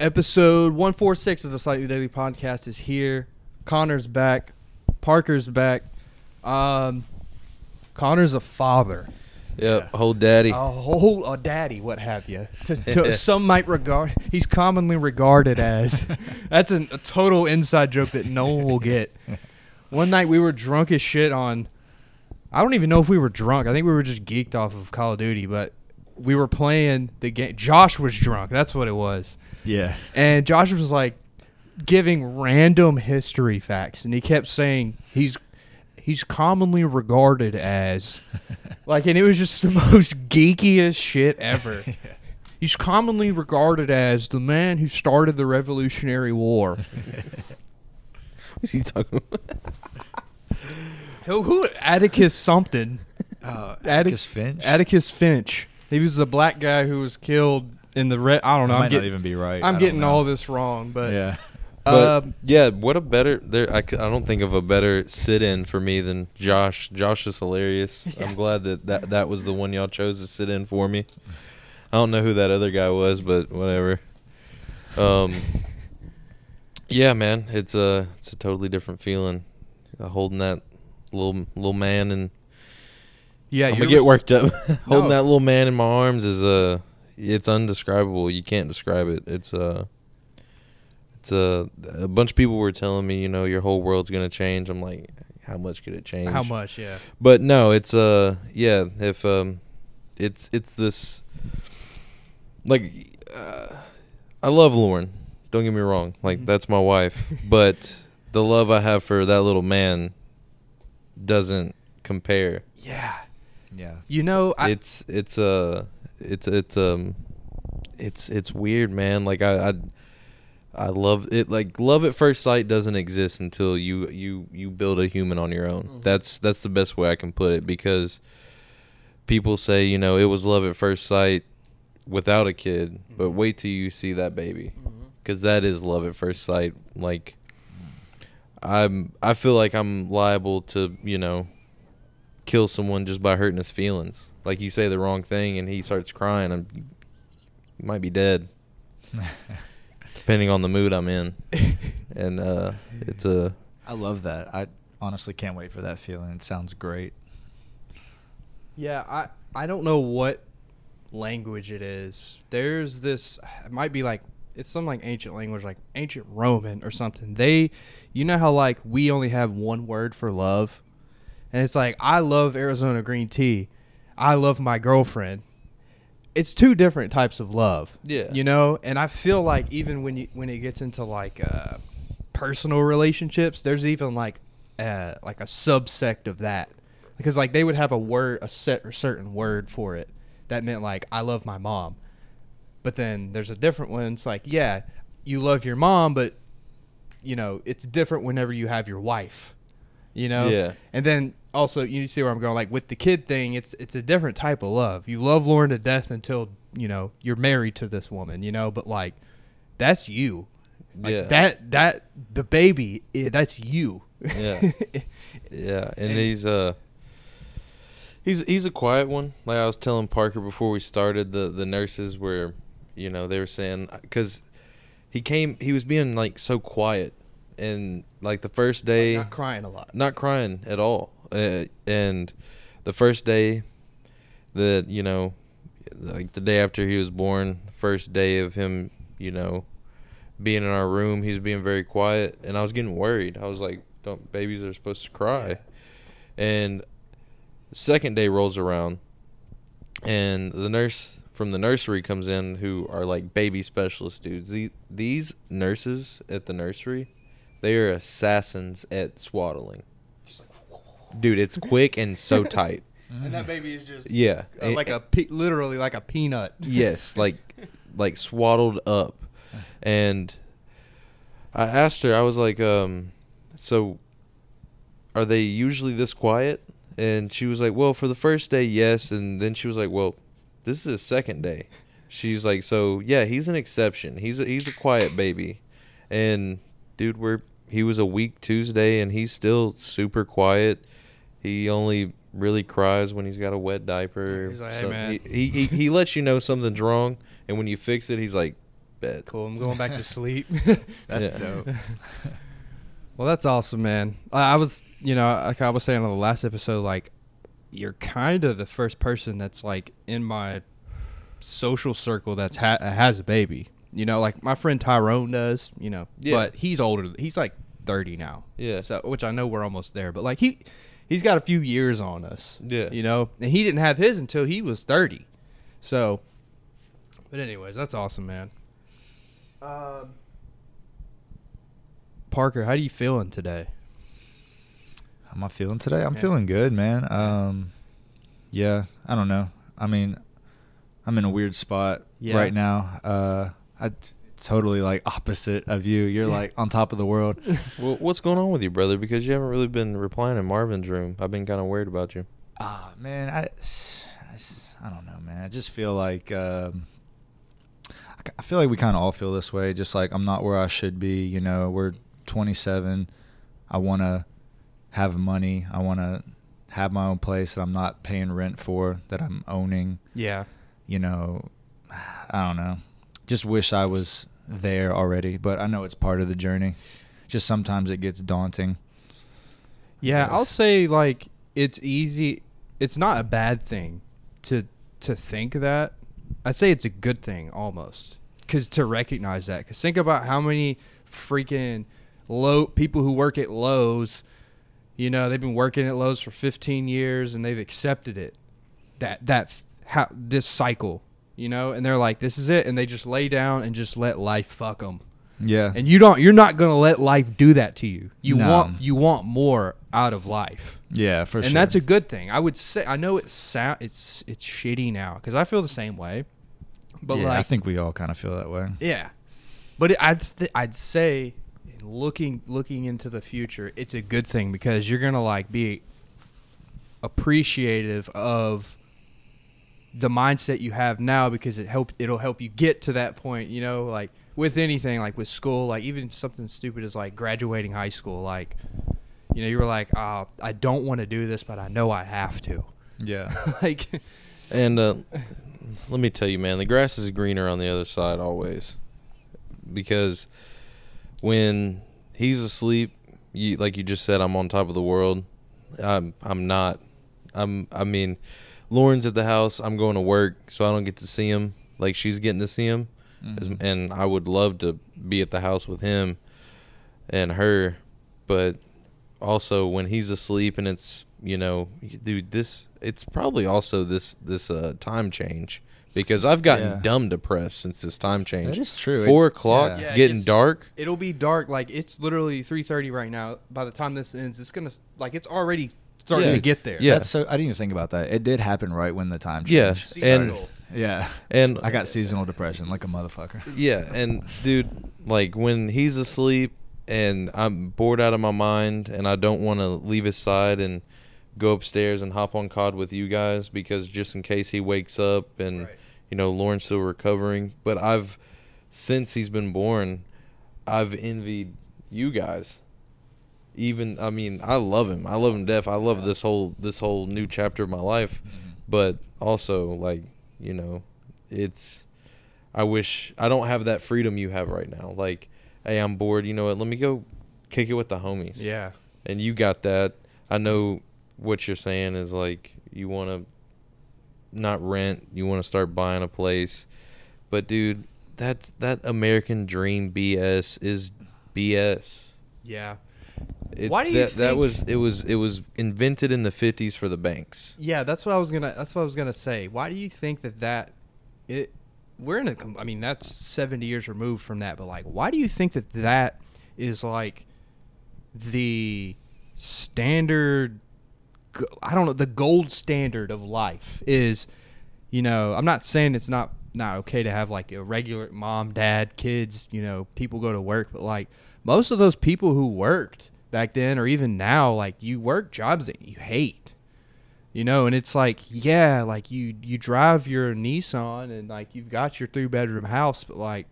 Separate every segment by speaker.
Speaker 1: Episode 146 of the Slightly Daily Podcast is here. Connor's back. Parker's back. Um, Connor's a father,
Speaker 2: Yep, whole daddy.
Speaker 1: a whole a daddy, what have you. To, to, some might regard he's commonly regarded as. that's an, a total inside joke that no one will get. One night we were drunk as shit on. I don't even know if we were drunk. I think we were just geeked off of Call of Duty, but we were playing the game. Josh was drunk. That's what it was.
Speaker 3: Yeah.
Speaker 1: And Josh was like giving random history facts, and he kept saying he's he's commonly regarded as like, and it was just the most geekiest shit ever. He's commonly regarded as the man who started the Revolutionary War.
Speaker 2: What's he talking about?
Speaker 1: who, who Atticus something?
Speaker 3: Uh,
Speaker 1: Attic-
Speaker 3: Atticus Finch.
Speaker 1: Atticus Finch. He was a black guy who was killed in the red. I don't
Speaker 3: That
Speaker 1: know. I'm
Speaker 3: might
Speaker 1: getting,
Speaker 3: not even be right. I
Speaker 1: I'm
Speaker 3: don't
Speaker 1: getting
Speaker 3: know.
Speaker 1: all this wrong, but
Speaker 3: Yeah.
Speaker 2: But,
Speaker 1: um,
Speaker 2: yeah, what a better there. I, c- I don't think of a better sit-in for me than Josh. Josh is hilarious. I'm glad that, that that was the one y'all chose to sit in for me. I don't know who that other guy was, but whatever. Um, yeah, man, it's a it's a totally different feeling. Uh, holding that little little man and
Speaker 1: yeah,
Speaker 2: I'm
Speaker 1: yours-
Speaker 2: gonna get worked up. Holding
Speaker 1: No.
Speaker 2: that little man in my arms is uh it's undescribable. You can't describe it. It's uh it's uh a bunch of people were telling me, you know, your whole world's gonna change. I'm like, how much could it change?
Speaker 1: How much? Yeah.
Speaker 2: But no, it's uh yeah, if um it's it's this like uh, I love Lauren. Don't get me wrong.
Speaker 1: Mm-hmm.
Speaker 2: Like that's my wife, but the love I have for that little man doesn't compare.
Speaker 1: Yeah.
Speaker 3: Yeah.
Speaker 1: You know, I,
Speaker 2: it's it's uh it's it's um it's it's weird man like I, I i love it like love at first sight doesn't exist until you you you build a human on your own
Speaker 1: Mhm.
Speaker 2: that's that's the best way i can put it because people say you know it was love at first sight without a kid but
Speaker 1: Mhm.
Speaker 2: wait till you see that baby
Speaker 1: Mhm.
Speaker 2: because that is love at first sight like i'm i feel like i'm liable to you know kill someone just by hurting his feelings like you say the wrong thing and he starts crying i'm you might be dead depending on the mood i'm in and uh it's a
Speaker 3: I love that. I honestly can't wait for that feeling. It sounds great.
Speaker 1: yeah, I I don't know what language it is. There's this it might be like it's some like ancient language like ancient Roman or something. They you know how like we only have one word for love? And it's like I love Arizona green tea. I love my girlfriend. It's two different types of love.
Speaker 2: Yeah.
Speaker 1: You know, and I feel like even when you when it gets into like uh personal relationships, there's even like uh like a subsect of that. Because like they would have a word a set or certain word for it that meant like I love my mom. But then there's a different one. It's like, yeah, you love your mom, but you know, it's different whenever you have your wife. You know?
Speaker 2: Yeah.
Speaker 1: And then also you see where I'm going, like with the kid thing, it's it's a different type of love. You love Lauren to death until, you know, you're married to this woman, you know, but like that's you. Like,
Speaker 2: yeah
Speaker 1: That that the baby, i- that's you.
Speaker 2: Yeah. Yeah, and, he's uh he's he's a quiet one. Like I was telling Parker before we started, the the nurses were, you know, they were saying because he came, he was being like so quiet, and like the first day,
Speaker 1: not crying a lot.
Speaker 2: not crying at all. Uh, and the first day that you know, like the day after he was born, first day of him, you know, being in our room, he was being very quiet, and I was getting worried. I was like, "Don't babies are supposed to cry?" And second day rolls around, and the nurse from the nursery comes in, who are like baby specialist dudes. The, these nurses at the nursery, they are assassins at swaddling. Dude, it's quick and so tight.
Speaker 1: And that baby is just
Speaker 2: Yeah,
Speaker 1: uh, like a pe- literally like a peanut.
Speaker 2: yes, like like swaddled up, and I asked her. I was like, um, so are they usually this quiet? And she was like, well, for the first day, yes, and then she was like, well, this is his second day. She's like, so yeah, he's an exception. He's a, he's a quiet baby, and dude, we're he was a week Tuesday, and he's still super quiet. He only really cries when he's got a wet diaper.
Speaker 1: He's like, "Hey,
Speaker 2: so-
Speaker 1: man."
Speaker 2: He, he he he lets you know something's wrong, and when you fix it, he's like, Bet.
Speaker 1: Cool. I'm going back to sleep.
Speaker 3: That's
Speaker 2: Yeah.
Speaker 3: dope.
Speaker 1: Well, that's awesome, man. I I was, you know, like I was saying on the last episode, like you're kind of the first person that's like in my social circle that's ha- has a baby. You know, like my friend Tyrone does. You know,
Speaker 2: Yeah.
Speaker 1: but he's older. He's like 30 now.
Speaker 2: Yeah.
Speaker 1: So, uh, which I know we're almost there, but like he, he's got a few years on us.
Speaker 2: Yeah.
Speaker 1: You know, and he didn't have his until he was 30. So, but anyways, that's awesome, man. Um. Parker, how do you feeling today?
Speaker 3: How am I feeling today? I'm
Speaker 1: Yeah.
Speaker 3: feeling good, man. Um, yeah, I don't know. I mean, I'm in a weird spot
Speaker 1: Yeah.
Speaker 3: right now. Uh, I t- totally like opposite of you. You're like on top of the world.
Speaker 2: Well, what's going on with you, brother? Because you haven't really been replying in Marvin's room. I've been kind of worried about you.
Speaker 3: Ah, man, I, I s- I don't know, man. I just feel like um, I k- I feel like we kind of all feel this way. Just like I'm not where I should be. You know, we're 27. I want to have money. I want to have my own place that I'm not paying rent for. That I'm owning.
Speaker 1: Yeah.
Speaker 3: You know, I don't know. Just wish I was there already. But I know it's part of the journey. Just sometimes it gets daunting.
Speaker 1: Yeah, I'll
Speaker 3: Yes.
Speaker 1: say like it's easy. It's not a bad thing to to think that. I'd say it's a good thing almost cuz to recognize that cuz think about how many freaking low people who work at Lowe's, you know, they've been working at Lowe's for 15 years and they've accepted it. That that f- how this cycle, you know, and they're like this is it and they just lay down and just let life fuck them.
Speaker 3: Yeah.
Speaker 1: And you don't you're not going to let life do that to you. You
Speaker 3: No.
Speaker 1: want you want more out of life.
Speaker 3: yeah, for
Speaker 1: and
Speaker 3: sure.
Speaker 1: that's a good thing. I would say I know it's sa- it's it's shitty now cuz I feel the same way. But
Speaker 3: yeah,
Speaker 1: like
Speaker 3: I think we all kind of feel that way.
Speaker 1: yeah. But it, I'd th- I'd say in looking looking into the future, it's a good thing because you're going to like be appreciative of the mindset you have now because it help it'll help you get to that point, you know, like with anything like with school, like even something stupid as like graduating high school, like you know, you were like, "Oh, I don't want to do this, but I know I have to."
Speaker 3: Yeah.
Speaker 1: like
Speaker 2: And uh, let me tell you, man, the grass is greener on the other side always. Because when he's asleep, you like you just said, I'm on top of the world. I'm I'm not. I'm I mean, Lauren's at the house. I'm going to work, so I don't get to see him. Like she's getting to see him, As-
Speaker 3: Mhm.
Speaker 2: and I would love to be at the house with him and her, but also when he's asleep and it's you know dude this it's probably also this this uh time change because i've gotten
Speaker 3: Yeah.
Speaker 2: dumb depressed since this time change
Speaker 3: That is true.
Speaker 2: four
Speaker 3: It-
Speaker 2: o'clock
Speaker 1: yeah. Yeah, it
Speaker 2: getting
Speaker 1: gets-
Speaker 2: dark
Speaker 1: it'll be dark like it's literally 3.30 right now by the time this ends it's gonna like it's already starting
Speaker 2: Yeah.
Speaker 1: to get there
Speaker 2: Yeah.
Speaker 3: That's so I didn't even think about that. It did happen right when the time
Speaker 2: Yeah,
Speaker 3: changed.
Speaker 2: and-
Speaker 3: started. yeah.
Speaker 2: and-
Speaker 3: I got seasonal depression like a motherfucker.
Speaker 2: yeah and dude like when he's asleep and i'm bored out of my mind and i don't want to leave his side and go upstairs and hop on cod with you guys because just in case he wakes up and
Speaker 1: Right.
Speaker 2: you know lauren's still recovering but i've since he's been born i've envied you guys even i mean i love him i love him deaf i love
Speaker 3: Yeah.
Speaker 2: this whole this whole new chapter of my life but also like you know it's i wish i don't have that freedom you have right now like hey i'm bored you know what let me go kick it with the homies
Speaker 1: yeah
Speaker 2: and you got that i know what you're saying is like you want to not rent you want to start buying a place but dude that's that american dream bs is bs
Speaker 1: yeah
Speaker 2: it's
Speaker 1: Why do you
Speaker 2: that, that
Speaker 1: think-
Speaker 2: was it was it was invented in the 50s for the banks
Speaker 1: yeah that's what i was gonna that's what i was gonna say why do you think that that it we're in a com- i mean that's 70 years removed from that but like why do you think that that is like the standard go- I don't know the gold standard of life is you know I'm not saying it's not not okay to have like a regular mom dad kids you know people go to work but like most of those people who worked back then or even now like you work jobs that you hate you know and it's like yeah like you you drive your Nissan and like you've got your three bedroom house but like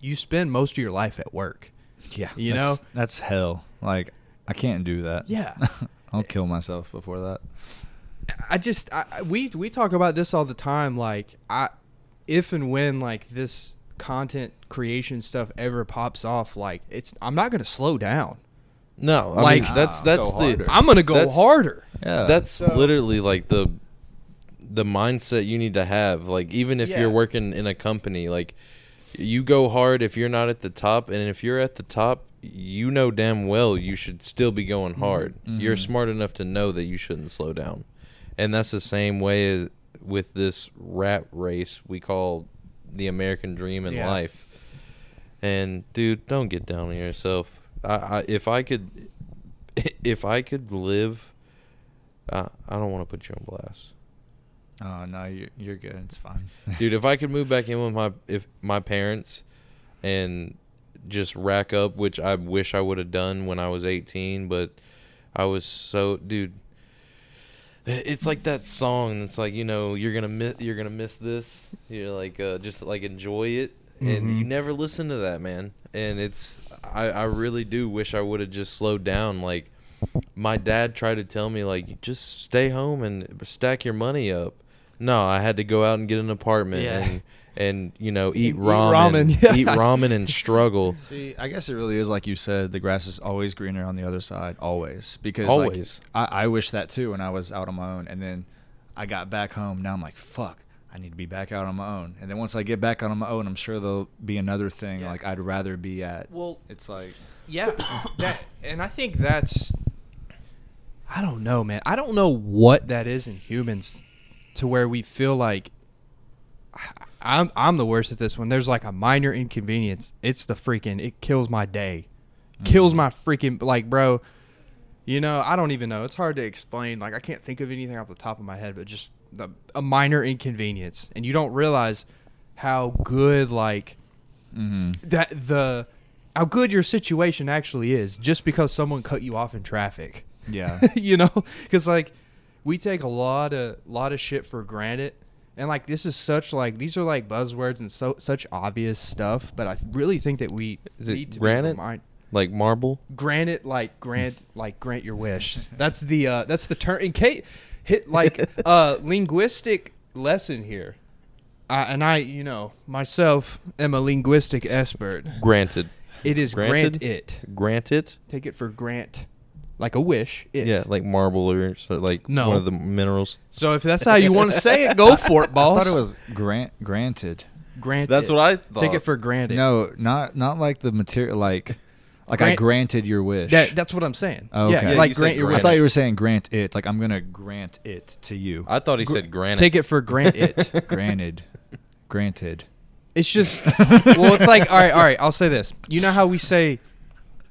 Speaker 1: you spend most of your life at work
Speaker 3: Yeah.
Speaker 1: You
Speaker 3: that's,
Speaker 1: know?
Speaker 3: That's hell. Like I can't do that.
Speaker 1: Yeah.
Speaker 3: I'll kill myself before that.
Speaker 1: I just I, I- we we talk about this all the time. Like I, if and when like this content creation stuff ever pops off, like it's I'm not gonna slow down.
Speaker 2: No, I
Speaker 1: Like-
Speaker 2: mean, that's
Speaker 3: Nah,
Speaker 2: that's
Speaker 3: Ah, go
Speaker 2: the
Speaker 3: harder.
Speaker 1: I'm gonna go
Speaker 2: That's-
Speaker 1: harder.
Speaker 3: Yeah.
Speaker 2: that's
Speaker 1: So-
Speaker 2: literally like the the mindset you need to have like even if
Speaker 1: Yeah.
Speaker 2: you're working in a company like you go hard if you're not at the top and if you're at the top you know damn well you should still be going hard you're
Speaker 3: Mhm.
Speaker 2: smart enough to know that you shouldn't slow down and that's the same way as- with this rat race we call the american dream in
Speaker 1: Yeah.
Speaker 2: life and dude don't get down on yourself i, I if i could if i could live I I don't want to put you on blast,
Speaker 3: Oh no, you're you're good. It's fine,
Speaker 2: dude. If I could move back in with my if my parents, and just rack up, which I wish I would have done when I was eighteen, but I was so dude. It's like that song. It's like you know you're gonna miss you're gonna miss this. You're like uh, just like enjoy it, and
Speaker 1: Mhm.
Speaker 2: you never listen to that man. And it's I I really do wish I would have just slowed down like my dad tried to tell me like just stay home and stack your money up no i had to go out and get an apartment
Speaker 1: Yeah.
Speaker 2: and and you know
Speaker 1: Eat
Speaker 2: eat ramen
Speaker 1: ramen,
Speaker 2: eat ramen,
Speaker 1: yeah.
Speaker 2: and struggle
Speaker 3: See, I guess it really is like you said. The grass is always greener on the other side, always. Because like,
Speaker 2: Always.
Speaker 3: I, I wish that too. When I was out on my own, and then I got back home. Now I'm like, fuck, I need to be back out on my own. And then once I get back out on my own, I'm sure there'll be another thing
Speaker 1: Yeah.
Speaker 3: like I'd rather be at.
Speaker 1: Well-
Speaker 3: it's like
Speaker 1: Yeah, that and I think that's I don't know, man. I don't know what that is in humans to where we feel like I'm I'm the worst at this one. There's like a minor inconvenience. It's the freaking it kills my day. Kills
Speaker 2: Mm-hmm.
Speaker 1: my freaking like, bro. You know, I don't even know. It's hard to explain. Like I can't think of anything off the top of my head, but just the, a minor inconvenience and you don't realize how good like
Speaker 3: hmm
Speaker 2: Mm-hmm.
Speaker 1: that the how good your situation actually is just because someone cut you off in traffic.
Speaker 3: Yeah.
Speaker 1: you know, cuz like we take a lot of lot of shit for granted. And like this is such like these are like buzzwords and so such obvious stuff, but I really think that we
Speaker 2: Is it
Speaker 1: need to
Speaker 2: granite?
Speaker 1: be remind-
Speaker 2: like marble
Speaker 1: granted like grant like grant your wish. That's the uh that's the term in case hit like uh linguistic lesson here. Uh, and I, you know, myself am a linguistic expert.
Speaker 2: granted
Speaker 1: It is
Speaker 2: Granted?
Speaker 1: grant it.
Speaker 2: grant it
Speaker 1: Take it for grant, like a wish. It.
Speaker 2: yeah like marble or so like
Speaker 1: No.
Speaker 2: one of the minerals
Speaker 1: So if that's how you want to say it, go for it, boss.
Speaker 3: I thought it was grant granted.
Speaker 1: grant.
Speaker 2: That's
Speaker 1: it.
Speaker 2: what I
Speaker 1: Take
Speaker 2: thought.
Speaker 1: it for granted.
Speaker 3: No, not not like the material. Like like I
Speaker 1: Grant-
Speaker 3: granted your wish.
Speaker 1: That, that's what I'm saying.
Speaker 3: Oh, okay.
Speaker 1: Yeah,
Speaker 3: Yeah,
Speaker 1: like
Speaker 2: you said
Speaker 1: grant your wish.
Speaker 3: I
Speaker 2: granted.
Speaker 3: thought you were saying grant it. Like I'm gonna grant it to you.
Speaker 2: i thought he said granite
Speaker 1: Take it for grant it.
Speaker 3: granted. Granted.
Speaker 1: It's just well, it's like all right, all right. I'll say this. You know how we say,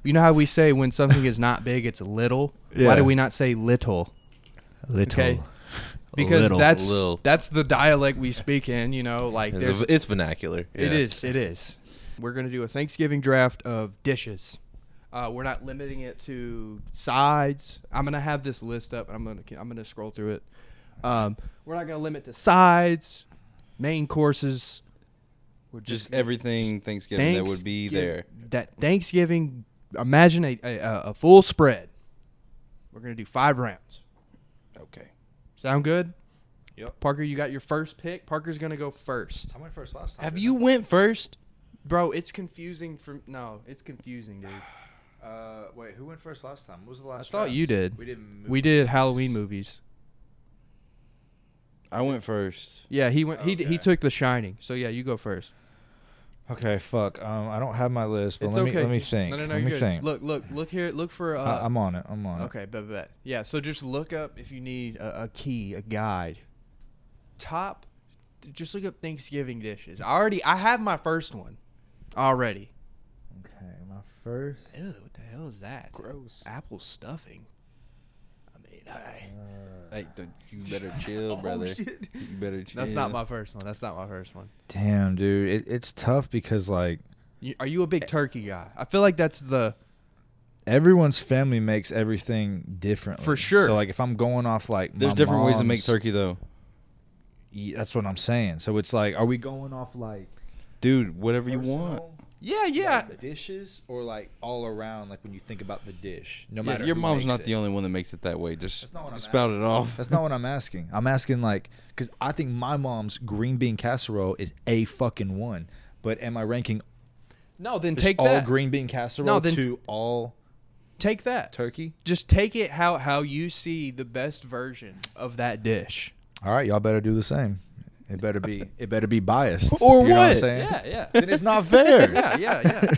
Speaker 1: you know how we say when something is not big, it's little.
Speaker 3: Yeah.
Speaker 1: Why do we not say little?
Speaker 3: Little.
Speaker 1: Okay. Because
Speaker 3: Little.
Speaker 1: that's
Speaker 2: Little.
Speaker 1: that's the dialect we speak in. You know, like
Speaker 2: it's,
Speaker 1: there's
Speaker 2: it's vernacular
Speaker 1: It
Speaker 2: yeah.
Speaker 1: is. It is. We're gonna do a Thanksgiving draft of dishes. Uh, we're not limiting it to sides. I'm gonna have this list up, and I'm gonna I'm gonna scroll through it. Um, we're not gonna limit to sides, main courses. We're
Speaker 2: just everything thanksgiving that would be
Speaker 1: Thanksgiv-
Speaker 2: there
Speaker 1: That Thanksgiving. Imagine a, a a- a full spread. We're gonna do five rounds.
Speaker 2: okay
Speaker 1: Sound good?
Speaker 2: Yep.
Speaker 1: Parker, you got your first pick. Parker's gonna go first.
Speaker 3: I went first last time.
Speaker 2: have you went first
Speaker 1: Bro, it's confusing for no, it's confusing, dude.
Speaker 3: Uh, wait, who went first last time? What was the
Speaker 1: I
Speaker 3: last?
Speaker 1: thought you did.
Speaker 3: We did. Movies.
Speaker 1: We did Halloween movies.
Speaker 2: i went first
Speaker 1: Yeah, he went. He d he
Speaker 3: Okay.
Speaker 1: took The Shining. So yeah, you go first.
Speaker 3: Okay, fuck. Um, I don't have my list, but
Speaker 1: it's
Speaker 3: let
Speaker 1: okay.
Speaker 3: me let me think.
Speaker 1: No, no, no.
Speaker 3: let
Speaker 1: you're
Speaker 3: me
Speaker 1: good.
Speaker 3: think.
Speaker 1: Look, look, look here. Look for. Uh,
Speaker 3: I, I'm on it. I'm on
Speaker 1: okay, bet, bet. Yeah. So just look up if you need a, a key, a guide. Top. Just look up Thanksgiving dishes. I already. I have my first one. Already.
Speaker 3: it. Okay, my first.
Speaker 1: Ew, what the hell is that?
Speaker 2: gross
Speaker 1: Apple stuffing. I mean, I.
Speaker 3: uh,
Speaker 2: hey dude, you better chill
Speaker 1: Oh,
Speaker 2: brother
Speaker 1: shit.
Speaker 2: you better chill
Speaker 1: That's not my first one. That's not my first one.
Speaker 3: Damn, dude, it, it's tough because like
Speaker 1: You, are you a
Speaker 3: Eh.
Speaker 1: big turkey guy? I feel like that's the.
Speaker 3: everyone's family makes everything differently.
Speaker 1: For sure.
Speaker 3: So like, if I'm going off like,
Speaker 2: there's
Speaker 3: my
Speaker 2: different ways to make
Speaker 3: mom's-
Speaker 2: turkey though
Speaker 3: y- That's what I'm saying. So it's like, are we going off like
Speaker 2: dude whatever you want
Speaker 3: personal,
Speaker 1: Yeah, yeah.
Speaker 3: like, dishes or like all around? Like when you think about the dish, no
Speaker 2: Yeah,
Speaker 3: matter
Speaker 2: your
Speaker 3: who
Speaker 2: mom's
Speaker 3: makes
Speaker 2: not
Speaker 3: it.
Speaker 2: the only one that makes it that way. Just
Speaker 3: That's not what I'm
Speaker 2: spout
Speaker 3: asking.
Speaker 2: it off.
Speaker 3: That's not what I'm asking. I'm asking like because I think my mom's green bean casserole is a fucking one. But am I ranking
Speaker 1: No, then
Speaker 3: just
Speaker 1: take
Speaker 3: all
Speaker 1: that.
Speaker 3: green bean casserole
Speaker 1: No, then-
Speaker 3: to all
Speaker 1: Take that.
Speaker 3: turkey?
Speaker 1: Just take it how how you see the best version of that dish.
Speaker 3: All right, y'all better do the same. It better be it better be biased.
Speaker 1: Or
Speaker 3: you know what I'm
Speaker 1: what?
Speaker 3: saying?
Speaker 1: Yeah, yeah.
Speaker 3: Then it's not fair.
Speaker 1: Yeah, yeah, yeah.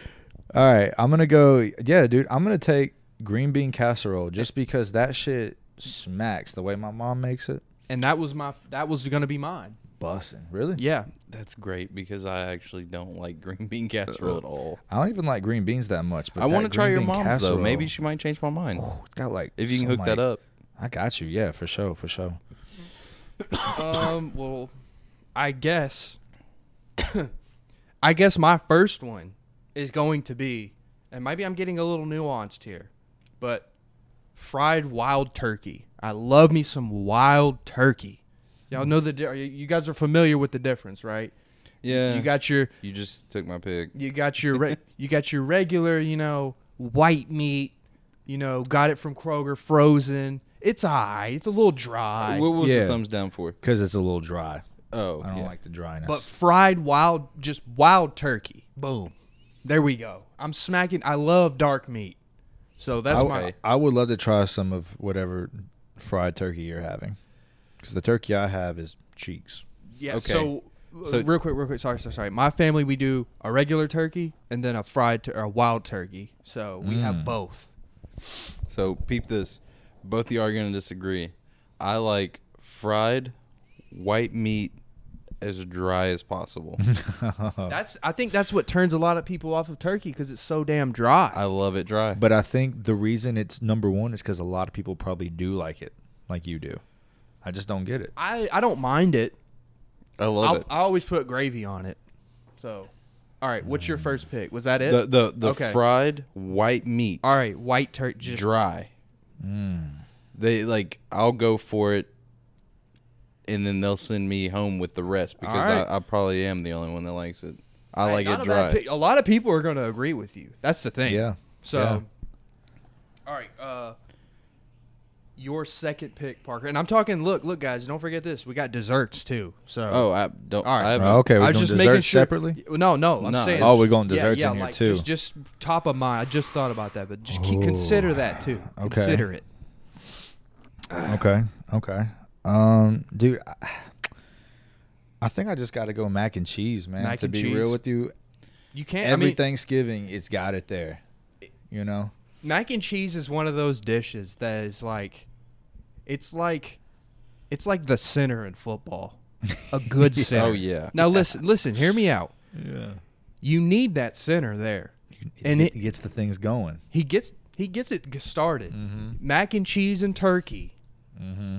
Speaker 3: All right, I'm gonna go. Yeah, dude, I'm gonna take green bean casserole just because that shit smacks the way my mom makes it.
Speaker 1: And that was my that was gonna be mine.
Speaker 3: Bussin', really?
Speaker 1: Yeah.
Speaker 2: That's great because I actually don't like green bean casserole at all.
Speaker 3: I don't even like green beans that much. Uh, But
Speaker 2: I
Speaker 3: that
Speaker 2: want to try
Speaker 3: green
Speaker 2: your
Speaker 3: bean
Speaker 2: mom's
Speaker 3: casserole, Oh,
Speaker 2: though. Maybe she might change my mind.
Speaker 3: Ooh, got like
Speaker 2: If you can
Speaker 3: some,
Speaker 2: hook that
Speaker 3: like-
Speaker 2: up.
Speaker 3: I got you. Yeah, for sure, for sure.
Speaker 1: Um. Well, I guess. I guess my first one is going to be, and maybe I'm getting a little nuanced here, but fried wild turkey. I love me some wild turkey. Y'all know the. di- are You you guys are familiar with the difference, right?
Speaker 2: Yeah.
Speaker 1: You got your
Speaker 2: You just took my pick.
Speaker 1: you got your re- you got your regular, you know, white meat. You know, got it from Kroger, frozen. It's alright. It's a little dry.
Speaker 2: what was
Speaker 3: Yeah.
Speaker 2: the thumbs down for?
Speaker 3: Cause it's a little dry.
Speaker 2: Oh,
Speaker 3: I don't
Speaker 2: yeah.
Speaker 3: like the dryness.
Speaker 1: But fried wild, just wild turkey. Boom. There we go. I'm smacking. I love dark meat. So that's
Speaker 3: I,
Speaker 1: my.
Speaker 3: I would love to try some of whatever fried turkey you're having, because the turkey I have is cheeks.
Speaker 1: Yeah.
Speaker 2: okay.
Speaker 1: So, uh,
Speaker 2: So-
Speaker 1: real quick, real quick. Sorry, sorry, sorry. My family, we do a regular turkey and then a fried tur- or a wild turkey. So we
Speaker 2: Mm.
Speaker 1: have both.
Speaker 2: So peep this. Both of you are gonna disagree. I like fried white meat as dry as possible. Oh.
Speaker 1: That's. I think that's what turns a lot of people off of turkey because it's so damn dry.
Speaker 2: I love it dry.
Speaker 3: But I think the reason it's number one is because a lot of people probably do like it, like you do. I just don't get it.
Speaker 1: I, I don't mind it.
Speaker 2: I
Speaker 1: I'll,
Speaker 2: love it.
Speaker 1: I always put gravy on it. So, all right. What's your first pick? Was that it?
Speaker 2: Mm. The the the
Speaker 1: Okay.
Speaker 2: fried white meat
Speaker 1: all right. White turkey. Just
Speaker 2: dry.
Speaker 3: Mm,
Speaker 2: They like I'll go for it and then they'll send me home with the rest because
Speaker 1: Alright.
Speaker 2: I, I probably am the only one that likes it. I like
Speaker 1: Not
Speaker 2: it
Speaker 1: a bad
Speaker 2: dry.
Speaker 1: pick. A lot of people are going to agree with you. That's the thing.
Speaker 3: Yeah.
Speaker 1: So,
Speaker 3: Yeah.
Speaker 1: all right. Uh, your second pick, Parker, and I'm talking. Look, look, guys, don't forget this. We got desserts too. So,
Speaker 2: Oh, I don't
Speaker 1: Alright.
Speaker 2: I haven't-
Speaker 3: Oh, okay,
Speaker 1: I
Speaker 3: we're
Speaker 1: was
Speaker 3: doing
Speaker 1: just making
Speaker 3: desserts
Speaker 1: sure-
Speaker 3: separately.
Speaker 1: No, no, I'm
Speaker 2: No.
Speaker 1: saying.
Speaker 2: Oh,
Speaker 3: we're going
Speaker 1: Yeah,
Speaker 3: desserts
Speaker 1: yeah,
Speaker 3: in here,
Speaker 1: like,
Speaker 3: too.
Speaker 1: Just, just top of mind. I just thought about that, but just keep,
Speaker 3: Oh.
Speaker 1: consider that too.
Speaker 3: Okay.
Speaker 1: Consider it.
Speaker 3: Okay, okay, um, dude. I, I think I just got to go mac and cheese, man.
Speaker 1: Mac
Speaker 3: to
Speaker 1: and
Speaker 3: be
Speaker 1: cheese.
Speaker 3: real with you,
Speaker 1: You can't. I
Speaker 3: every
Speaker 1: mean,
Speaker 3: Thanksgiving it's got it there. You know,
Speaker 1: mac and cheese is one of those dishes that is like it's like it's like the center in football a good center
Speaker 2: Oh, yeah.
Speaker 1: now listen listen hear me out
Speaker 3: yeah,
Speaker 1: you need that center there
Speaker 3: it,
Speaker 1: And
Speaker 3: get-
Speaker 1: it-
Speaker 3: gets the things going.
Speaker 1: he gets he gets it g- started
Speaker 2: Mm. Mm-hmm.
Speaker 1: mac and cheese and turkey
Speaker 3: Mm-hmm.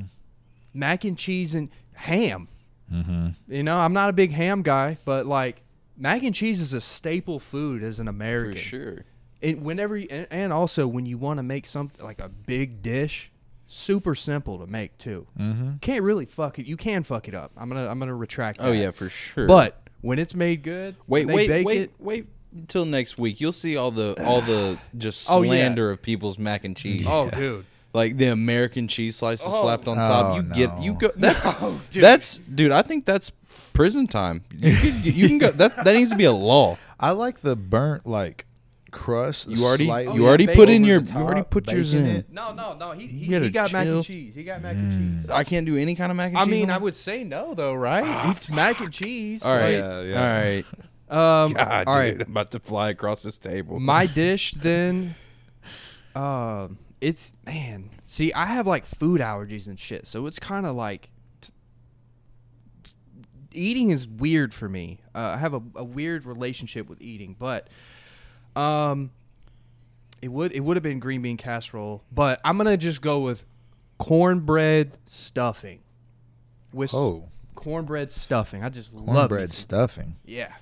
Speaker 1: mac and cheese and ham
Speaker 3: Mm-hmm.
Speaker 1: you know i'm not a big ham guy but like mac and cheese is a staple food as an
Speaker 2: for
Speaker 1: american
Speaker 2: sure.
Speaker 1: and whenever you, and, and also when you want to make something like a big dish super simple to make too
Speaker 3: Mm-hmm.
Speaker 1: can't really fuck it. You can fuck it up. I'm gonna I'm gonna retract.
Speaker 2: Oh
Speaker 1: that.
Speaker 2: yeah, for sure.
Speaker 1: But when it's made good,
Speaker 2: Wait,
Speaker 1: they
Speaker 2: wait,
Speaker 1: bake
Speaker 2: wait,
Speaker 1: it-
Speaker 2: wait until next week. You'll see all the all the just
Speaker 1: Oh, yeah.
Speaker 2: slander of people's mac and cheese.
Speaker 1: Oh dude,
Speaker 2: Like the American cheese slices
Speaker 1: Oh.
Speaker 2: slapped on
Speaker 3: Oh,
Speaker 2: top. You get
Speaker 3: no.
Speaker 2: you go that's
Speaker 1: dude.
Speaker 2: that's dude, I think that's prison time. You can, you can go that that needs to be a law.
Speaker 3: I like the burnt like crust.
Speaker 2: You already
Speaker 3: slightly
Speaker 2: you
Speaker 1: Oh, yeah,
Speaker 2: already
Speaker 1: bake
Speaker 2: put
Speaker 1: over
Speaker 2: in
Speaker 1: the
Speaker 2: your
Speaker 3: top,
Speaker 2: you already put
Speaker 3: bacon
Speaker 2: yours in.
Speaker 3: it.
Speaker 1: no, no, no. He he,
Speaker 2: gotta
Speaker 1: he got mac
Speaker 2: chill.
Speaker 1: and cheese. He got mac
Speaker 2: Mm.
Speaker 1: and cheese.
Speaker 2: I can't do any kind of mac and
Speaker 1: I
Speaker 2: cheese.
Speaker 1: mean,
Speaker 2: on
Speaker 1: I
Speaker 2: it?
Speaker 1: would say no though, right? Eat mac and cheese.
Speaker 2: Ah, All right.
Speaker 1: like,
Speaker 3: Yeah, yeah.
Speaker 2: All right.
Speaker 1: Um,
Speaker 2: God,
Speaker 1: all
Speaker 2: dude,
Speaker 1: right.
Speaker 2: I'm about to fly across this table.
Speaker 1: My dish then. Um, it's man. See, I have like food allergies and shit, so it's kind of like t- eating is weird for me. Uh, I have a, a weird relationship with eating, but um, it would it would have been green bean casserole, but I'm gonna just go with cornbread stuffing. With
Speaker 3: Oh,
Speaker 1: cornbread stuffing, I just love
Speaker 3: cornbread
Speaker 1: it.
Speaker 3: stuffing.
Speaker 1: yeah,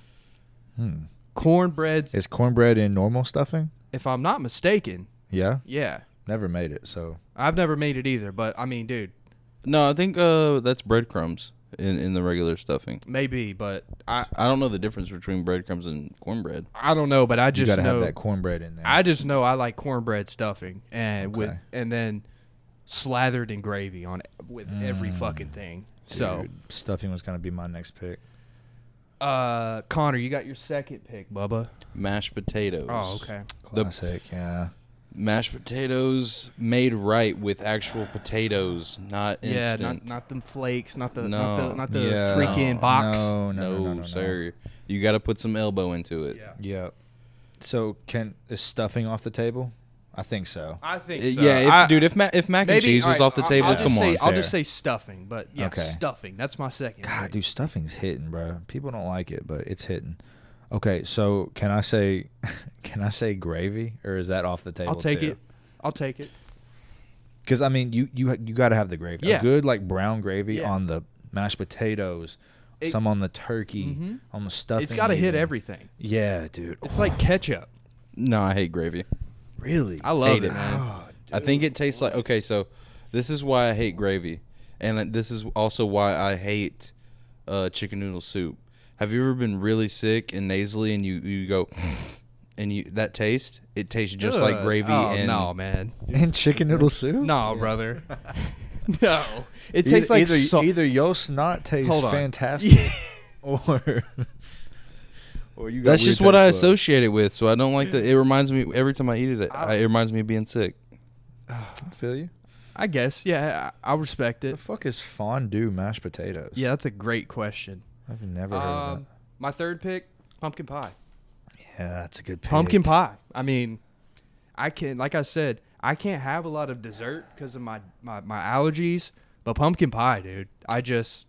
Speaker 3: Hmm.
Speaker 1: cornbread.
Speaker 3: Is cornbread in normal stuffing?
Speaker 1: If I'm not mistaken,
Speaker 3: Yeah,
Speaker 1: yeah.
Speaker 3: never made it. So
Speaker 1: I've never made it either, but I mean, dude,
Speaker 2: No, I think uh, that's breadcrumbs in, in the regular stuffing.
Speaker 1: maybe, but I
Speaker 2: I don't know the difference between breadcrumbs and cornbread.
Speaker 1: I don't know, but I
Speaker 3: you
Speaker 1: just
Speaker 3: gotta
Speaker 1: know
Speaker 3: have that cornbread in there.
Speaker 1: I just know I like cornbread stuffing and with
Speaker 3: Okay.
Speaker 1: and then slathered in gravy
Speaker 2: Mm.
Speaker 1: on it with every fucking thing. So
Speaker 3: Dude, stuffing was gonna be my next pick.
Speaker 1: Uh, Connor, you got your second pick, Bubba.
Speaker 2: Mashed potatoes.
Speaker 1: Oh, okay.
Speaker 2: The-
Speaker 3: Classic, yeah.
Speaker 2: Mashed potatoes made right with actual potatoes, not
Speaker 1: Yeah,
Speaker 2: instant.
Speaker 1: not not them flakes, not the not
Speaker 2: No.
Speaker 1: the, not the
Speaker 3: Yeah.
Speaker 1: freaking
Speaker 3: No,
Speaker 1: box.
Speaker 3: no, no, no, no, no.
Speaker 2: sir. You got to put some elbow into it.
Speaker 1: Yeah.
Speaker 3: Yeah. So can is stuffing off the table? I think so.
Speaker 1: I think
Speaker 2: Uh,
Speaker 1: so.
Speaker 2: Yeah, if,
Speaker 1: I-
Speaker 2: dude. If ma- if mac and
Speaker 1: maybe-
Speaker 2: cheese was
Speaker 1: all right,
Speaker 2: off the
Speaker 1: I'll-
Speaker 2: table,
Speaker 1: I'll just
Speaker 2: come
Speaker 1: say,
Speaker 2: on.
Speaker 1: I'll
Speaker 3: Fair.
Speaker 1: just say stuffing, but yeah,
Speaker 3: Okay.
Speaker 1: stuffing. That's my second.
Speaker 3: God,
Speaker 1: pick.
Speaker 3: dude, stuffing's hitting, bro. People don't like it, but it's hitting. Okay, so can I say can I say gravy or is that off the table?
Speaker 1: I'll take it. I'll take it.
Speaker 3: Because I mean, you you you got to have the gravy.
Speaker 1: Yeah.
Speaker 3: A good like brown gravy
Speaker 1: Yeah.
Speaker 3: on the mashed potatoes,
Speaker 1: It-
Speaker 3: some on the turkey,
Speaker 1: Mhm.
Speaker 3: on the stuffing.
Speaker 1: it's got to hit
Speaker 3: even.
Speaker 1: everything.
Speaker 3: Yeah, dude.
Speaker 1: It's like ketchup.
Speaker 2: No, I hate gravy.
Speaker 3: really.
Speaker 1: I love
Speaker 2: Hate
Speaker 1: it,
Speaker 2: it.
Speaker 1: man.
Speaker 2: I think it tastes like okay. So this is why I hate gravy, and like, this is also why I hate uh, chicken noodle soup. Have you ever been really sick and nasally, and you you go, and you that taste? It tastes just like
Speaker 1: Ugh.
Speaker 2: gravy.
Speaker 1: Oh,
Speaker 2: and
Speaker 1: no, man.
Speaker 3: and chicken noodle soup.
Speaker 1: No, brother. no. It
Speaker 3: Either-
Speaker 1: tastes like
Speaker 3: E- either
Speaker 1: so-
Speaker 3: either your snot tastes
Speaker 1: Hold on.
Speaker 3: fantastic, or or you. Got
Speaker 2: That's
Speaker 3: weird
Speaker 2: just what I
Speaker 3: taste buds.
Speaker 2: associate it with. So I don't like that. It reminds me every time I eat it. I, it reminds me of being sick.
Speaker 3: I feel you.
Speaker 1: I guess. Yeah, I, I respect
Speaker 3: The
Speaker 1: it.
Speaker 3: fuck is fondue mashed potatoes?
Speaker 1: Yeah, that's a great question.
Speaker 3: I've never heard of
Speaker 1: Um, my third pick, pumpkin pie.
Speaker 3: that. Yeah, that's a good pick.
Speaker 1: Pumpkin pie. I mean, I can like I said, I can't have a lot of dessert because of my, my my allergies. But pumpkin pie, dude. I just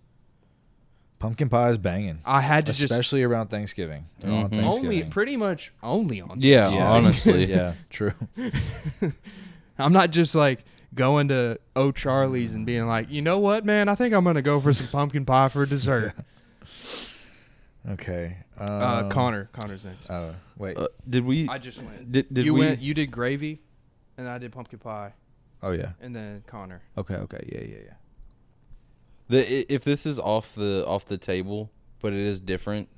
Speaker 3: pumpkin pie is banging,
Speaker 1: I had to just Mm-hmm.
Speaker 3: especially around Thanksgiving. Around
Speaker 2: Mhm.
Speaker 1: only
Speaker 3: Thanksgiving.
Speaker 1: pretty much only on.
Speaker 2: Yeah,
Speaker 1: Thanksgiving.
Speaker 2: honestly.
Speaker 3: yeah, true.
Speaker 1: I'm not just like going to O'Charlie's and being like, you know what, man? I think I'm gonna go for some pumpkin pie for dessert.
Speaker 3: Okay. Um,
Speaker 1: Uh, Connor, Connor's next.
Speaker 3: Oh wait.
Speaker 2: Uh, did we?
Speaker 1: I just went.
Speaker 2: Did, did
Speaker 1: you
Speaker 2: we?
Speaker 1: went. You did gravy, and I did pumpkin pie,
Speaker 3: oh yeah.
Speaker 1: and then Connor.
Speaker 3: Okay. Okay. Yeah. Yeah. Yeah.
Speaker 2: The i- if this is off the off the table, but it is different.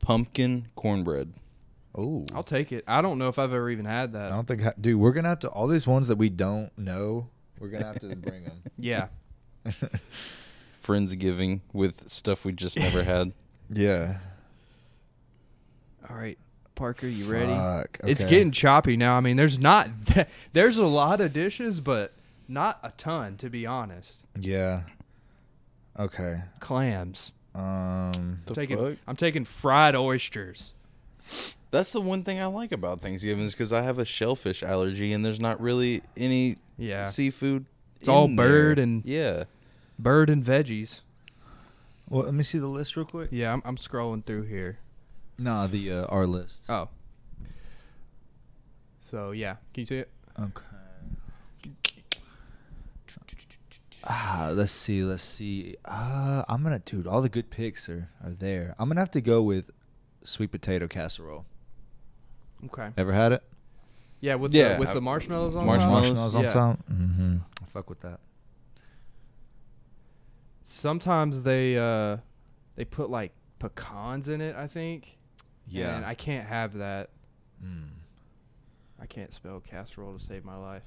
Speaker 2: Pumpkin cornbread.
Speaker 3: Oh.
Speaker 1: I'll take it. I don't know if I've ever even had
Speaker 3: I
Speaker 1: that.
Speaker 3: don't think, ha- dude. We're gonna have to all these ones that we don't know. We're gonna have to bring them.
Speaker 1: Yeah.
Speaker 2: Friendsgiving with stuff we just never had.
Speaker 3: Yeah.
Speaker 1: All right, Parker, you ready?
Speaker 3: Fuck,
Speaker 1: It's
Speaker 3: okay.
Speaker 1: getting choppy now. I mean, there's not th- there's a lot of dishes, but not a ton to be honest.
Speaker 3: Yeah. Okay.
Speaker 1: Clams.
Speaker 3: Um.
Speaker 1: I'm taking, I'm taking fried oysters.
Speaker 2: That's the one thing I like about Thanksgiving is because I have a shellfish allergy, and there's not really any
Speaker 1: Yeah.
Speaker 2: seafood.
Speaker 1: It's all
Speaker 2: in there.
Speaker 1: bird and-
Speaker 2: yeah.
Speaker 1: Bird and veggies.
Speaker 3: Well, let me see the list real quick.
Speaker 1: Yeah, I'm, I'm scrolling through here.
Speaker 3: Nah, the uh, our list.
Speaker 1: Oh. So yeah, can you see it?
Speaker 3: Okay. Ah, let's see, let's see. Uh, I'm gonna, dude. All the good picks are are there. I'm gonna have to go with sweet potato casserole.
Speaker 1: Okay.
Speaker 3: Ever had it?
Speaker 1: Yeah, with
Speaker 2: Yeah,
Speaker 1: the, with
Speaker 2: I-
Speaker 1: the marshmallows on
Speaker 2: Marshmallows.
Speaker 1: top.
Speaker 3: on
Speaker 1: Yeah.
Speaker 3: top. Mm-hmm. I fuck with that.
Speaker 1: Sometimes they uh they put like pecans in it. I think.
Speaker 3: Yeah.
Speaker 1: And I can't have that.
Speaker 3: Mm.
Speaker 1: I can't spell casserole to save my life.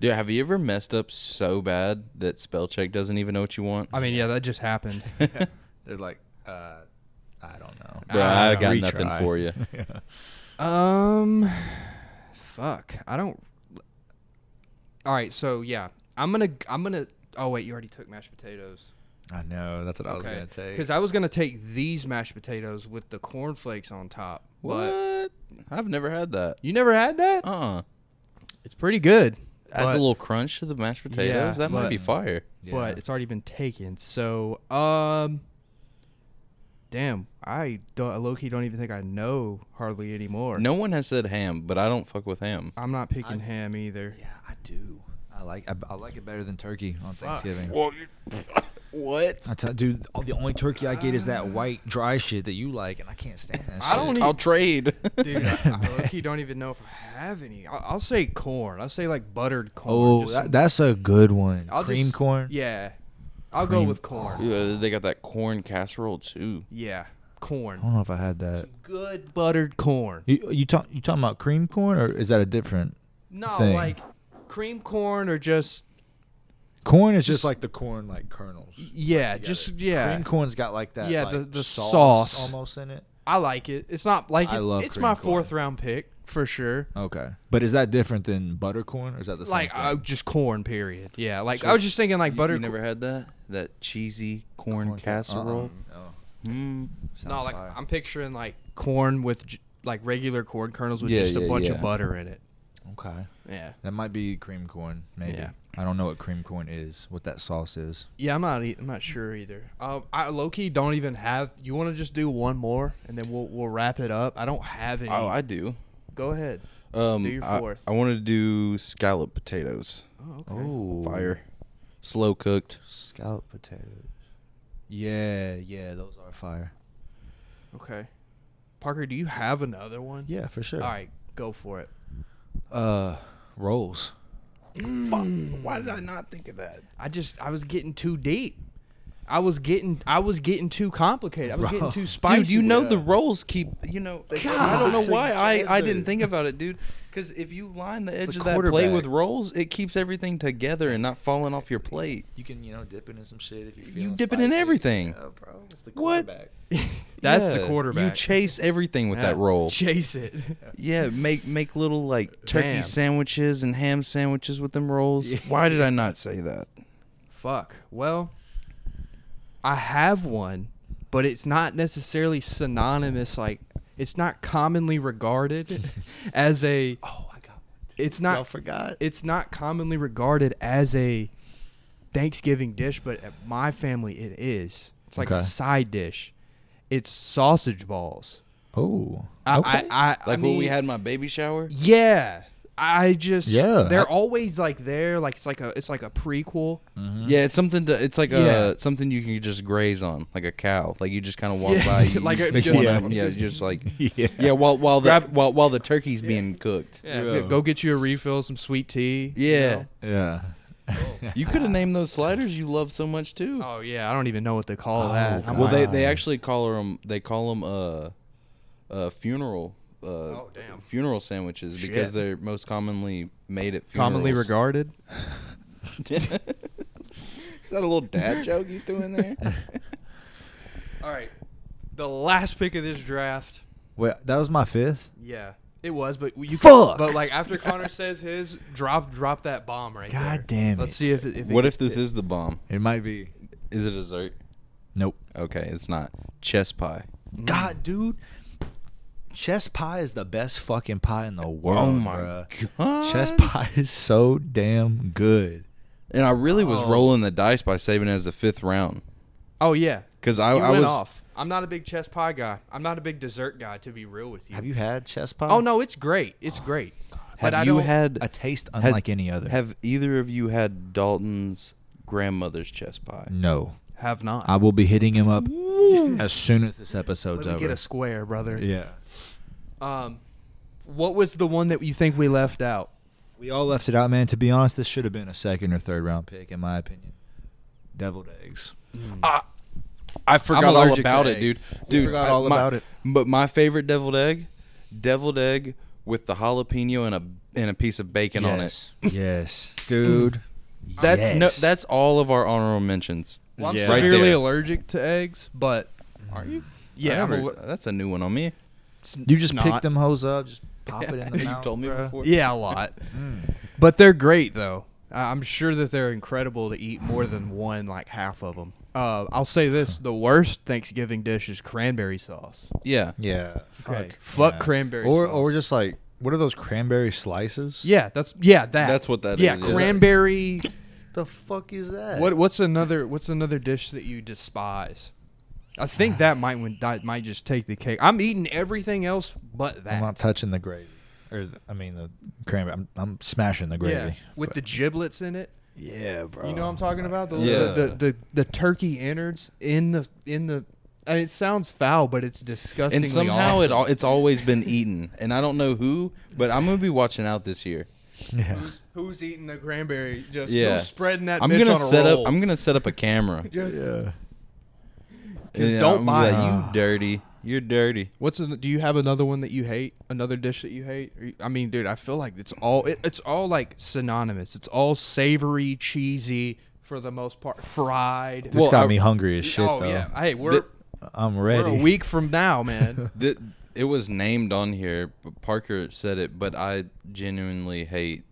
Speaker 2: Dude, have you ever messed up so bad that spell check doesn't even know what you want?
Speaker 1: I mean, yeah, that just happened.
Speaker 3: They're like, uh, I don't know.
Speaker 2: Bruh,
Speaker 1: I
Speaker 2: I got nothing for you.
Speaker 1: um, fuck. I don't. All right, so yeah, I'm gonna, I'm gonna. Oh wait, you already took mashed potatoes.
Speaker 3: I know. That's what I was gonna take.
Speaker 1: Because I was gonna take these mashed potatoes with the cornflakes on top. But
Speaker 2: What? I've never had that.
Speaker 1: you never had that?
Speaker 2: Uh. uh
Speaker 1: It's pretty good.
Speaker 2: Adds a
Speaker 1: but-
Speaker 2: little crunch to the mashed potatoes.
Speaker 1: Yeah,
Speaker 2: that might
Speaker 1: but-
Speaker 2: be fire.
Speaker 1: but it's already been taken. So, um, damn, I don't, low key don't even think I know hardly anymore.
Speaker 2: No one has said ham, but I don't fuck with ham.
Speaker 1: I'm not picking ham either.
Speaker 3: yeah, I do. I like I, I like it better than turkey on Thanksgiving.
Speaker 2: What?
Speaker 3: I tell, dude, all, the only turkey I get is that white dry shit that you like, and I can't stand that.
Speaker 1: I
Speaker 3: shit.
Speaker 1: don't
Speaker 2: I'll trade.
Speaker 1: Dude, I, I low-key don't even know if I have any. I'll, I'll say corn. I'll say like buttered corn.
Speaker 3: Oh,
Speaker 1: just
Speaker 3: that,
Speaker 1: some-
Speaker 3: that's a good one.
Speaker 1: I'll
Speaker 3: Cream
Speaker 1: just-
Speaker 3: corn.
Speaker 1: Yeah, I'll go
Speaker 3: Cream
Speaker 1: with corn.
Speaker 2: Ooh, uh, they got that corn casserole too.
Speaker 1: Yeah,
Speaker 3: I
Speaker 1: corn.
Speaker 3: don't know if I had that.
Speaker 1: Good buttered corn.
Speaker 3: You you talk you talking about cream corn or is that a different?
Speaker 1: No,
Speaker 3: thing.
Speaker 1: like cream corn or just
Speaker 3: Corn is just, like the corn, like kernels. like,
Speaker 1: Yeah,
Speaker 3: together.
Speaker 1: just- yeah.
Speaker 3: Cream corn's got like that.
Speaker 1: Yeah,
Speaker 3: like,
Speaker 1: the- the
Speaker 3: sauce,
Speaker 1: sauce.
Speaker 3: almost in it.
Speaker 1: I like it. It's not like
Speaker 3: I
Speaker 1: it's,
Speaker 3: love
Speaker 1: it's
Speaker 3: cream
Speaker 1: my
Speaker 3: corn.
Speaker 1: fourth round pick for sure.
Speaker 3: Okay, but is that different than butter corn, or is that the same
Speaker 1: Like
Speaker 3: thing?
Speaker 1: uh, just corn, period. Yeah, like
Speaker 2: So
Speaker 1: I was just thinking like
Speaker 2: You-
Speaker 1: butter.
Speaker 2: You never had that? That cheesy corn,
Speaker 3: Corn ca-
Speaker 2: casserole?
Speaker 3: uh-uh. No.
Speaker 2: Mm.
Speaker 1: no,
Speaker 3: Sounds
Speaker 1: like um,
Speaker 3: fire.
Speaker 1: I'm picturing like corn with j- like regular corn kernels with
Speaker 2: Yeah,
Speaker 1: just a
Speaker 2: yeah,
Speaker 1: bunch of
Speaker 2: yeah.
Speaker 1: butter in it.
Speaker 3: Okay,
Speaker 1: Yeah,
Speaker 3: that might be cream corn. Maybe
Speaker 1: Yeah.
Speaker 3: I don't know what cream corn is. What that sauce is.
Speaker 1: yeah. I'm not. e- I'm not sure either. Um, I low key don't even have. You want to just do one more and then we'll we'll wrap it up. I don't have any.
Speaker 2: Oh, I do.
Speaker 1: Go ahead.
Speaker 2: Um,
Speaker 1: Do your
Speaker 2: I-
Speaker 1: fourth.
Speaker 2: I, want to do scallop potatoes.
Speaker 1: Oh, okay.
Speaker 3: Oh,
Speaker 2: Fire. Slow cooked.
Speaker 3: scallop potatoes. Yeah, yeah, those are fire.
Speaker 1: Okay. Parker, do you have another one?
Speaker 3: Yeah, for sure.
Speaker 1: All right, go for it.
Speaker 3: Uh, rolls.
Speaker 2: Fuck. Why did I not think of that?
Speaker 1: I just I was getting too deep. I was getting I was getting too complicated. I was
Speaker 3: Bro.
Speaker 1: getting too
Speaker 3: Dude,
Speaker 1: spicy.
Speaker 2: Dude, you know
Speaker 1: Yeah.
Speaker 2: the rolls keep. You know, they- I don't know
Speaker 1: God.
Speaker 2: why I, I didn't
Speaker 1: Together.
Speaker 2: think about it, dude. Because if you line the edge
Speaker 3: a
Speaker 2: of that plate with
Speaker 3: quarterback.
Speaker 2: rolls, it keeps everything together and not falling off your plate.
Speaker 3: You can you know dip it in some shit if you.
Speaker 2: You
Speaker 3: feeling
Speaker 2: dip it in
Speaker 3: spicy.
Speaker 2: everything.
Speaker 3: Yeah, bro, it's the
Speaker 2: What?
Speaker 3: quarterback.
Speaker 1: That's
Speaker 2: Yeah.
Speaker 1: the quarterback.
Speaker 2: You chase everything with that
Speaker 1: Yeah.
Speaker 2: roll.
Speaker 1: Chase it.
Speaker 2: Yeah, make make little like turkey
Speaker 1: Man.
Speaker 2: sandwiches and ham sandwiches with them rolls.
Speaker 3: Yeah.
Speaker 2: Why did I not say that?
Speaker 1: Fuck. Well, I have one, but it's not necessarily synonymous like it's not commonly regarded as a
Speaker 3: Oh, I got one. Too.
Speaker 1: it's not
Speaker 3: Y'all forgot.
Speaker 1: it's not commonly regarded as a Thanksgiving dish, but at my family it is. It's like a
Speaker 3: Okay.
Speaker 1: side dish. It's sausage balls.
Speaker 3: oh,
Speaker 1: I,
Speaker 3: okay.
Speaker 1: I, I, I
Speaker 2: Like when we
Speaker 1: mean,
Speaker 2: had my baby shower.
Speaker 1: Yeah, I just
Speaker 3: Yeah,
Speaker 1: They're
Speaker 3: I-
Speaker 1: always like there. Like it's like a it's like a prequel.
Speaker 2: Yeah, it's something to. It's like
Speaker 1: Uh-huh. Yeah.
Speaker 2: a something you can just graze on, like a cow. Like you just kind of walk
Speaker 1: Yeah,
Speaker 2: by, you
Speaker 1: like
Speaker 2: just
Speaker 1: a-
Speaker 2: pick
Speaker 1: just-
Speaker 2: one
Speaker 3: Yeah.
Speaker 2: up. Yeah, just like
Speaker 3: Yeah.
Speaker 2: yeah. while while the
Speaker 1: Grab-
Speaker 2: while while the turkey's being cooked. Yeah,
Speaker 1: Yeah,
Speaker 3: Yeah.
Speaker 1: go get you a refill, some sweet tea. you
Speaker 3: yeah.
Speaker 2: you could have named those sliders you love so much too.
Speaker 1: know? Oh yeah, I don't even know what they call
Speaker 3: Oh,
Speaker 1: that. I'm
Speaker 2: well, they
Speaker 1: like-
Speaker 2: they
Speaker 3: God.
Speaker 2: actually call them they call them uh, uh funeral uh
Speaker 1: Oh, damn.
Speaker 2: funeral sandwiches because
Speaker 1: Shit.
Speaker 2: they're most commonly made at funerals.
Speaker 1: commonly regarded.
Speaker 2: Is that a little dad joke you threw in there?
Speaker 1: All right, the last pick of this draft.
Speaker 3: Wait, that was my fifth.
Speaker 1: Yeah, it was, but you.
Speaker 3: Fuck!
Speaker 1: but like after Connor says his, drop drop that bomb right there.
Speaker 3: God damn
Speaker 1: Let's
Speaker 3: it.
Speaker 1: see if, it- if it
Speaker 2: what if
Speaker 1: gets
Speaker 2: this
Speaker 1: it.
Speaker 2: is the bomb?
Speaker 3: It might be.
Speaker 2: Is it a dessert?
Speaker 3: Nope.
Speaker 2: Okay, it's not chess pie.
Speaker 3: Mm. God, dude. Chess pie is the best fucking pie in the world.
Speaker 2: oh my
Speaker 3: bruh.
Speaker 2: god!
Speaker 3: Chess pie is so damn good.
Speaker 2: And I really was
Speaker 1: Oh.
Speaker 2: rolling the dice by saving it as the fifth round
Speaker 1: Oh yeah,
Speaker 2: because I,
Speaker 1: you
Speaker 2: I
Speaker 1: went
Speaker 2: was
Speaker 1: off. I'm not a big chess pie guy. I'm not a big dessert guy, to be real with you.
Speaker 3: Have you had chess pie?
Speaker 1: Oh no, it's great. It's great.
Speaker 2: Have
Speaker 1: But I
Speaker 2: you
Speaker 1: don't-
Speaker 2: had
Speaker 3: A taste
Speaker 2: had-
Speaker 3: unlike any other.
Speaker 2: Have either of you had Dalton's grandmother's chess pie?
Speaker 3: No.
Speaker 1: Have not.
Speaker 3: I will be hitting him up as soon as this episode's
Speaker 1: Let me
Speaker 3: over.
Speaker 1: get a square, brother.
Speaker 3: yeah.
Speaker 1: Um, what was the one that you think we left out?
Speaker 3: We all left it out, man. To be honest, this should have been a second or third round pick, in my opinion. Deviled eggs.
Speaker 2: Ah, I forgot all
Speaker 1: allergic to
Speaker 2: about it, dude.
Speaker 1: eggs.
Speaker 2: Dude,
Speaker 3: forgot
Speaker 2: I-
Speaker 3: all
Speaker 2: my-
Speaker 3: about it.
Speaker 2: But my favorite deviled egg, deviled egg with the jalapeno and a and a piece of bacon on it.
Speaker 3: yes. yes. Dude.
Speaker 2: That no,
Speaker 3: Yes.
Speaker 2: that's all of our honorable mentions.
Speaker 1: Well, I'm
Speaker 3: Yeah.
Speaker 2: Right
Speaker 1: severely
Speaker 2: there.
Speaker 1: allergic to eggs, but
Speaker 2: Are you?
Speaker 1: yeah,
Speaker 2: I
Speaker 1: I'm
Speaker 2: never-
Speaker 1: aller-
Speaker 2: that's a new one on me.
Speaker 1: it's
Speaker 3: You just
Speaker 1: not-
Speaker 3: pick them hoes up, just pop it in the
Speaker 2: you
Speaker 3: mouth.
Speaker 2: told me
Speaker 3: bruh. Mm.
Speaker 2: before.
Speaker 1: Yeah, a lot. But they're great though. I- I'm sure that they're incredible to eat more than one, like half of them. Uh, I'll say this: the worst Thanksgiving dish is cranberry sauce.
Speaker 2: Yeah.
Speaker 3: Yeah.
Speaker 1: Okay. Fuck cranberry
Speaker 3: Or
Speaker 1: sauce.
Speaker 3: or just like what are those cranberry slices?
Speaker 1: Yeah, that's yeah that.
Speaker 2: That's what
Speaker 1: that
Speaker 2: that
Speaker 1: is. yeah,
Speaker 2: is, yeah.
Speaker 1: cranberry.
Speaker 3: The fuck is that?
Speaker 1: What what's another what's another dish that you despise? I think that might win- that might just take the cake. I'm eating everything else but that.
Speaker 3: I'm not touching the gravy. Or the, I mean the cranberry. I'm, I'm smashing the
Speaker 1: yeah,
Speaker 3: gravy.
Speaker 1: with the giblets in it.
Speaker 3: yeah, bro.
Speaker 1: You know what I'm talking about? The,
Speaker 2: Yeah.
Speaker 1: the, the the the turkey innards in the in the. And it sounds foul, but it's disgusting.
Speaker 2: And somehow it all, it's always been eaten, and I don't know who, but I'm gonna be watching out this year.
Speaker 3: Yeah.
Speaker 1: Who's, who's eating the cranberry? Just
Speaker 2: Yeah.
Speaker 1: who's spreading that.
Speaker 2: I'm
Speaker 1: bitch
Speaker 2: gonna
Speaker 1: on a
Speaker 2: set
Speaker 1: roll?
Speaker 2: up. I'm gonna set up a camera.
Speaker 1: Just,
Speaker 3: Yeah.
Speaker 1: Just don't
Speaker 2: And I'm gonna be
Speaker 1: buy
Speaker 2: like,
Speaker 3: it.
Speaker 2: you dirty. You're dirty.
Speaker 1: What's an, do you have another one that you hate? Another dish that you hate? Or you- I mean, dude, I feel like it's all it, it's all like synonymous. It's all savory, cheesy, for the most part. Fried.
Speaker 3: This
Speaker 2: Well,
Speaker 3: got
Speaker 2: I-
Speaker 3: me hungry as shit
Speaker 1: oh
Speaker 3: though.
Speaker 1: yeah. Hey, we're
Speaker 3: I'm
Speaker 1: we're
Speaker 3: ready.
Speaker 1: a week from now, man.
Speaker 2: Th it was named on here. but Parker said it, but I genuinely hate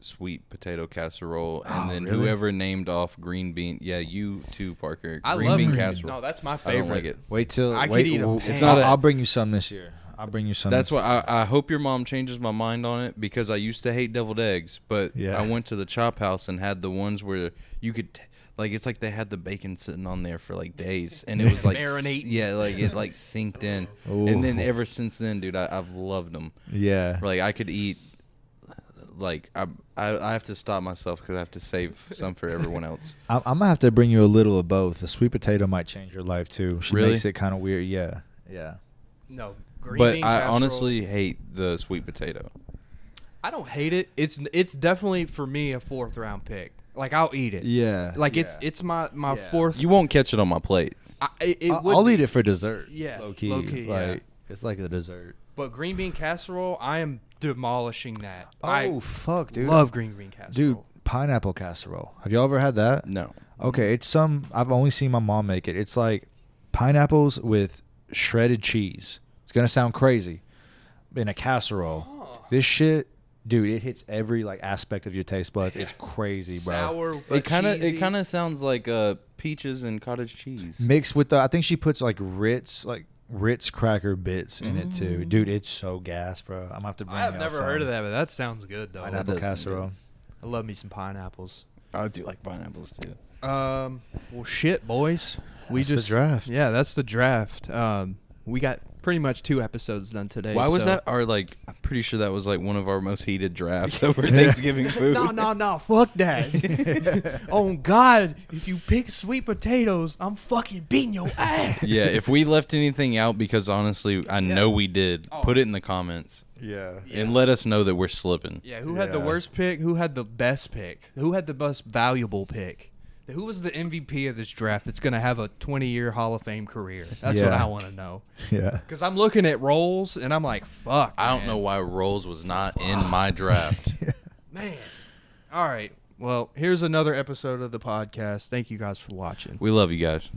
Speaker 2: sweet potato casserole. And
Speaker 3: Oh,
Speaker 2: then
Speaker 3: really?
Speaker 2: whoever named off green bean, yeah, you too, Parker.
Speaker 1: I
Speaker 2: green
Speaker 1: love
Speaker 2: bean
Speaker 1: green-
Speaker 2: casserole.
Speaker 1: No, that's my
Speaker 2: I
Speaker 1: favorite.
Speaker 2: don't like it.
Speaker 3: Wait till
Speaker 1: I could
Speaker 3: wait.
Speaker 1: eat a
Speaker 3: well,
Speaker 1: pan.
Speaker 2: It's not
Speaker 3: I'll,
Speaker 2: a-
Speaker 3: I'll bring you some this year. I'll bring you some.
Speaker 2: That's why I, I hope your mom changes my mind on it because I used to hate deviled eggs, but
Speaker 3: Yeah.
Speaker 2: I went to the chop house and had the ones where you could. T- like it's like they had the bacon sitting on there for like days, and it was like s-
Speaker 1: Marinating.
Speaker 2: yeah, like it like sinked in,
Speaker 3: Ooh.
Speaker 2: and then ever since then, dude, I, I've loved them.
Speaker 3: Yeah.
Speaker 2: Like I could eat. Like I, I, I have to stop myself because I have to save some for everyone else.
Speaker 3: I- I'm gonna have to bring you a little of both. The sweet potato might change your life too. She
Speaker 2: Really?
Speaker 3: makes it kind of weird. Yeah, yeah.
Speaker 1: No, green
Speaker 2: but
Speaker 1: bean
Speaker 2: I
Speaker 1: casserole-
Speaker 2: honestly hate the sweet potato.
Speaker 1: I don't hate it. It's it's definitely for me a fourth round pick. Like I'll eat it.
Speaker 3: Yeah.
Speaker 1: Like it's it's my my
Speaker 3: Yeah.
Speaker 1: fourth.
Speaker 2: You won't catch it on my plate.
Speaker 1: I, it, it
Speaker 3: I'll,
Speaker 1: would
Speaker 3: I'll
Speaker 1: be,
Speaker 3: eat it for dessert.
Speaker 1: Yeah,
Speaker 3: low key.
Speaker 1: low-key, yeah.
Speaker 3: like it's like a dessert.
Speaker 1: But green bean casserole, I am demolishing that.
Speaker 3: Oh
Speaker 1: I
Speaker 3: fuck, dude!
Speaker 1: love green bean casserole.
Speaker 3: dude. Pineapple casserole. Have y'all ever had that?
Speaker 2: No,
Speaker 3: Okay, it's some. I've only seen my mom make it. It's like pineapples with shredded cheese. It's gonna sound crazy, in a casserole.
Speaker 1: Huh.
Speaker 3: This shit, dude, it hits every like aspect of your taste buds. It's crazy, bro.
Speaker 1: sour.
Speaker 2: it
Speaker 1: but
Speaker 2: kind of it
Speaker 1: cheesy.
Speaker 2: kind of sounds like uh peaches and cottage cheese.
Speaker 3: mixed with the I think she puts like Ritz like Ritz cracker bits in it too. Dude, it's so gas, bro. I'm gonna have to bring
Speaker 1: I've
Speaker 3: y'all
Speaker 1: Mm. never
Speaker 3: some
Speaker 1: heard of that, but that sounds good though.
Speaker 3: Pineapple
Speaker 2: That does sound
Speaker 3: casserole.
Speaker 1: I love me some pineapples.
Speaker 2: I do like pineapples too.
Speaker 1: Um, well, shit, boys. We
Speaker 3: That's the
Speaker 1: just
Speaker 3: draft.
Speaker 1: Yeah, that's the draft. Um, we got pretty much two episodes done today.
Speaker 2: Why was
Speaker 1: so-
Speaker 2: that our like? I'm pretty sure that was like one of our most heated drafts over Thanksgiving food.
Speaker 1: No, no, no. Fuck that. oh, God. If you pick sweet potatoes, I'm fucking beating your ass.
Speaker 2: Yeah, if we left anything out, because honestly, I know we did.
Speaker 1: Oh.
Speaker 2: Put it in the comments
Speaker 3: Yeah.
Speaker 2: and let us know that we're slipping.
Speaker 1: Yeah, who had the
Speaker 3: Yeah.
Speaker 1: worst pick? Who had the best pick? Who had the most valuable pick? Who was the MVP of this draft that's going to have a 20 year Hall of Fame career? That's what
Speaker 3: Yeah.
Speaker 1: I want to know.
Speaker 3: Yeah.
Speaker 1: Because I'm looking at roles and I'm like, fuck.
Speaker 2: I don't
Speaker 1: man.
Speaker 2: know why Rolls was not in my draft.
Speaker 1: Man. All right. Well, here's another episode of the podcast. Thank you guys for watching.
Speaker 2: we love you guys.